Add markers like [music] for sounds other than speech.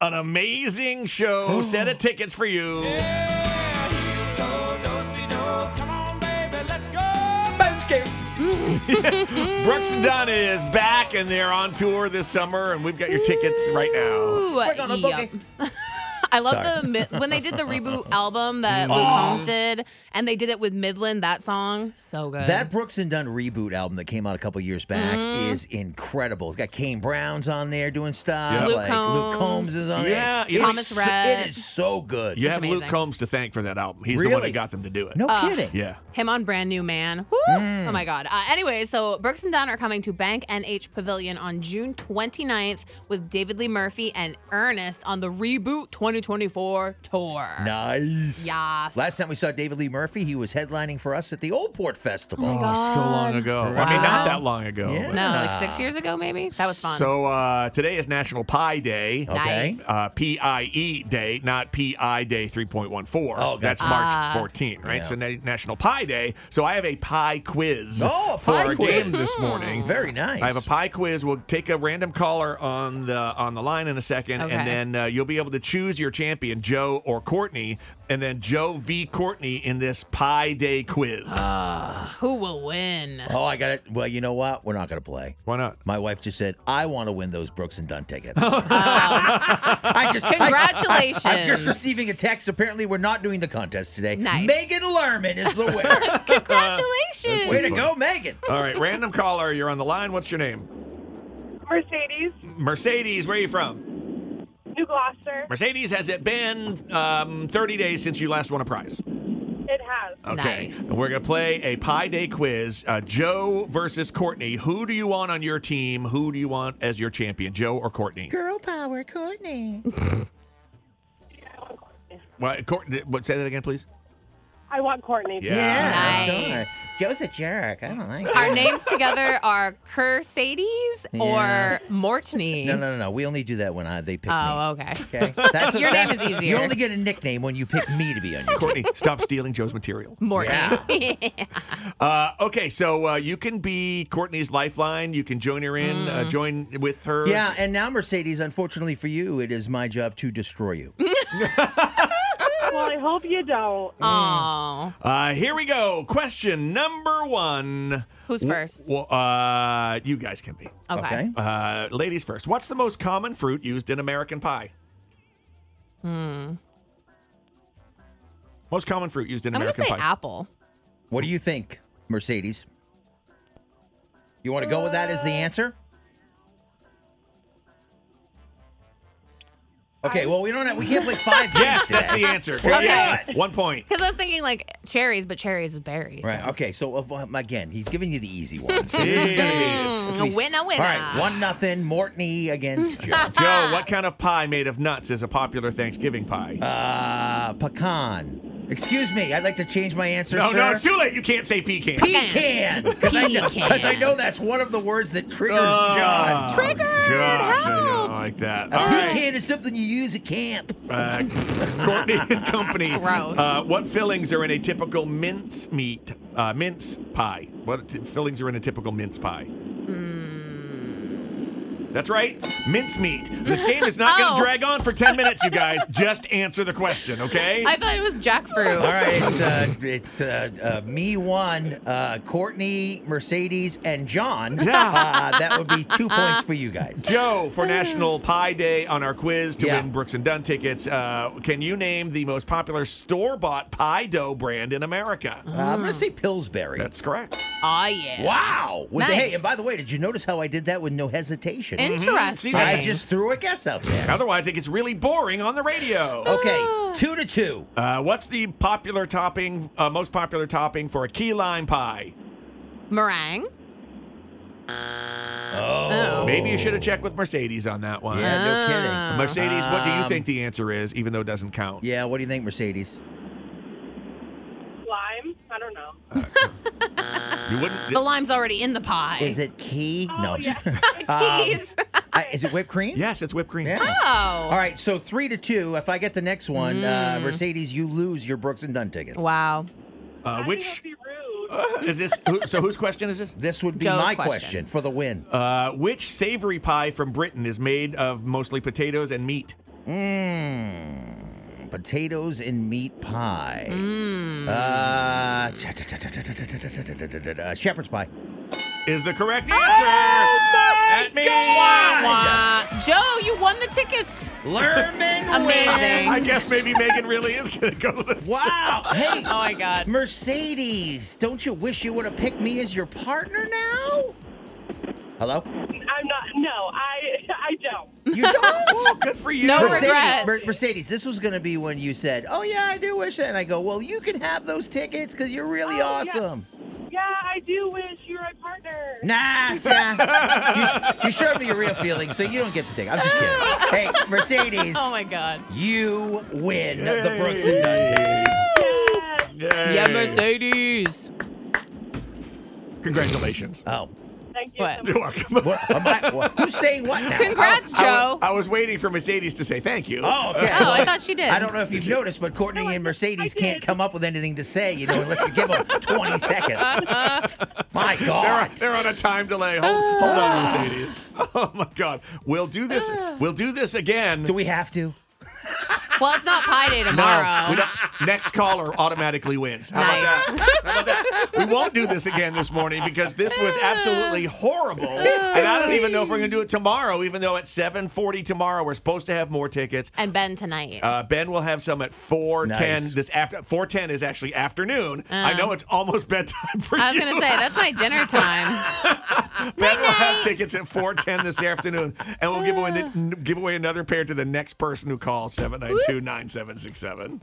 an amazing [gasps] show. Set of tickets for you. [laughs] Brooks Dunn is back, and they're on tour this summer, and we've got your tickets right now. Ooh, yup. [laughs] I love the mid- when they did the [laughs] reboot album that Luke Holmes did, and they did it with Midland. That song, so good. That Brooks and Dunn reboot album that came out a couple years back Mm-hmm. is incredible. It's got Kane Brown's on there doing stuff. Yeah. Luke like Luke Combs Combs. is on Yeah, there. It is Thomas so- Rhett. It is so good. You have Luke amazing. Combs to thank for that album. He's the one Really? that got them to do it. No kidding. Yeah. Him on Brand New Man. Woo! Mm. Oh my God. Uh, anyway, so Brooks and Dunn are coming to Bank NH Pavilion on June 29th with David Lee Murphy and Ernest on the Reboot 2024 tour. Nice. Yes. Last time we saw David Lee Murphy, he was headlining for us at the Old Port Festival. Oh, So long ago. I mean, not that long ago. Yeah. but- No, like six years ago, maybe? That was fun. Oh, So uh, today is National Pie Day. Okay. Nice. Uh, PIE Day, not PI Day 3.14. Oh, gotcha. that's March 14, right? Yeah. So na- National Pie Day. So I have a pie quiz Oh, a for pie our quiz. Oh, game this morning. Very nice. I have a pie quiz. We'll take a random caller on the on the line in a second, Okay. and then uh, you'll be able to choose your champion, Joe or Courtney, and then Joe v Courtney in this Pie Day quiz. Ah. Who will win? Oh, [laughs] I got it. Well, you know what? We're not going to play. Why not? My wife just said, I want to win those Brooks and Dunn tickets. Oh. [laughs] I just, Congratulations. I, am just [laughs] receiving a text. Apparently, we're not doing the contest today. Nice. Megan Lerman is [laughs] the winner. Congratulations. Way to go, Megan. All right, random caller, you're on the line. What's your name? Mercedes, Mercedes, where are you from? New Gloucester. Mercedes, has it been um, 30 days since you last won a prize? It has. Nice. And we're going to play a Pie Day quiz. Uh, Joe versus Courtney. Who do you want on your team? Who do you want as your champion, Joe or Courtney? Girl power, Courtney. Well, Courtney, what, say that again, please. I want Courtney. Yeah. Nice. Joe's a jerk. I don't like it. Our names together are Kersades Yeah. or Mortney. No, no, no, no. We only do that when I, they pick me. Oh, okay. Okay. That's Your name that's- is easier. You only get a nickname when you pick me to be on your team. Courtney, stop stealing Joe's material. Mortney. Uh, okay, so uh, you can be Courtney's lifeline. You can join her in, uh, join with her. Yeah, and now Mercedes, unfortunately for you, it is my job to destroy you. Well, I hope you don't. Mm. Oh. Uh, here we go. Question number one. Who's first? Well, uh, you guys can be. Okay. Okay. Uh, ladies first. What's the most common fruit used in American pie? Hmm. Most common fruit used in I'm going to American say pie. apple. What do you think, Mercedes? You want to go with that as the answer? Okay, well we don't have we can't play five games Yes, that's today. the answer. Okay. Yes. One point. Because I was thinking like cherries, but cherries is berries. Right. Okay. So uh, um, again, he's giving you the easy one. So this is gonna be this will be- Mm, winner, All right. winner. One nothing. Mortney against Joe. Joe, what kind of pie made of nuts is a popular Thanksgiving pie? Uh, pecan. Excuse me. I'd like to change my answer, no, sir. no, it's too late. You can't say pecan. Pecan. Because I, know- 'cause I Pecan. know that's one of the words that triggers Oh, John. Triggered. Gosh, I don't like that. A All right. pecan is something you use at camp. Uh, Courtney and Company. [laughs] Gross. Uh, what fillings are in a typical mince meat, uh, mince pie? What t- fillings are in a typical mince pie? Hmm. That's right, mince meat. [laughs] This game is not going Oh. to drag on for 10 minutes, [laughs] you guys. Just answer the question, okay? I thought it was jackfruit. All right, it's uh, [laughs] it's uh, uh, me one, uh, Courtney, Mercedes, and John. Uh, that would be two points for you [laughs] guys. Joe, for [laughs] National Pie Day on our quiz to Yeah. win Brooks and Dunn tickets, uh, can you name the most popular store bought pie dough brand in America? Uh, I'm gonna say Pillsbury. That's correct. Oh, yeah. wow. With the- hey, Nice. and by the way, did you notice how I did that with no hesitation? Interesting. See, that's Mm-hmm. I just threw a guess out there. Otherwise, it gets really boring on the Oh, radio. Okay, two to two. Uh, what's the popular topping, uh, most popular topping for a key lime pie? Meringue. Oh, Maybe you should have checked with Mercedes on that one. Uh, Yeah, no Ah. kidding. Mercedes, what do you Um, think the answer is, even though it doesn't count? Yeah, what do you think, Mercedes? Lime? I don't know. You wouldn't. The lime's already in the pie. Is it key? no. Oh, Um, [laughs] yeah. Cheese. I- is it whipped cream? yes, it's whipped cream. Yeah. All oh. right, so three to two. If I get the next one, uh, Mercedes, you lose your Brooks and Dunn tickets. Wow. Uh, I which think that'd be rude. uh, is this? Who, so whose question is this? This would be Joe's my question. question. for the win. Uh, which savory pie from Britain is made of mostly potatoes and meat? Mmm. Potatoes and meat pie. Uh, cha- cha- cha- cha- cha- cha- cha- cha- cha- cha- cha- cha- shepherd's pie. Is the correct answer? At me. Wah. Joe, you won the tickets. Lerman Amazing. wins. I guess maybe Megan really is gonna go [laughs] to the. Wow. [laughs] Hey, Oh my God. Mercedes, don't you wish you would have picked me as your partner now? Hello? I'm not. No, I I don't. [laughs] You don't? Well, good for you. No Mercedes, regrets. Mer- Mercedes, this was going to be when you said, Oh, yeah, I do wish that. And I go, Well, you can have those tickets because you're really Oh, yeah. awesome. Yeah, I do wish you were my partner. Nah, nah. you, sh- you showed me your real feelings, so you don't get the ticket. I'm just kidding. [laughs] Hey, Mercedes, Oh my God. you win the Yay. Brooks and Dunn ticket. Yes. Yay. Yeah, Mercedes. Congratulations. Oh, Thank you. so What? much. You're welcome. what, am I, what, who's saying what now? Congrats, Joe. I was waiting for Mercedes to say thank you. Oh, okay. Oh, I thought she did. I don't know if you've noticed, but Courtney and Mercedes I can't did. come up with anything to say, you know, unless you give them 20 [laughs] seconds. My They're on, God. they're on a time delay. Hold, hold on, Ah. Mercedes. [laughs] Oh my God. We'll do this. We'll do this again. Do we have to? Well, it's not Pie Day no, tomorrow. we don't. Next caller automatically wins. How Nice. about that? How about that? We won't do this again this morning because this was absolutely Ah. horrible, and I don't even know if we're going to do it tomorrow. Even though at 7:40 tomorrow we're supposed to have more tickets. and Ben tonight. Uh, ben will have some at 4:10 Nice. this after 4:10 is actually afternoon. I know it's almost [laughs] bedtime for you. Ah. I was gonna say that's my dinner time. Ben will have tickets at 4:10 this afternoon, and we'll give away give away another pair to the next person who calls 792-9767.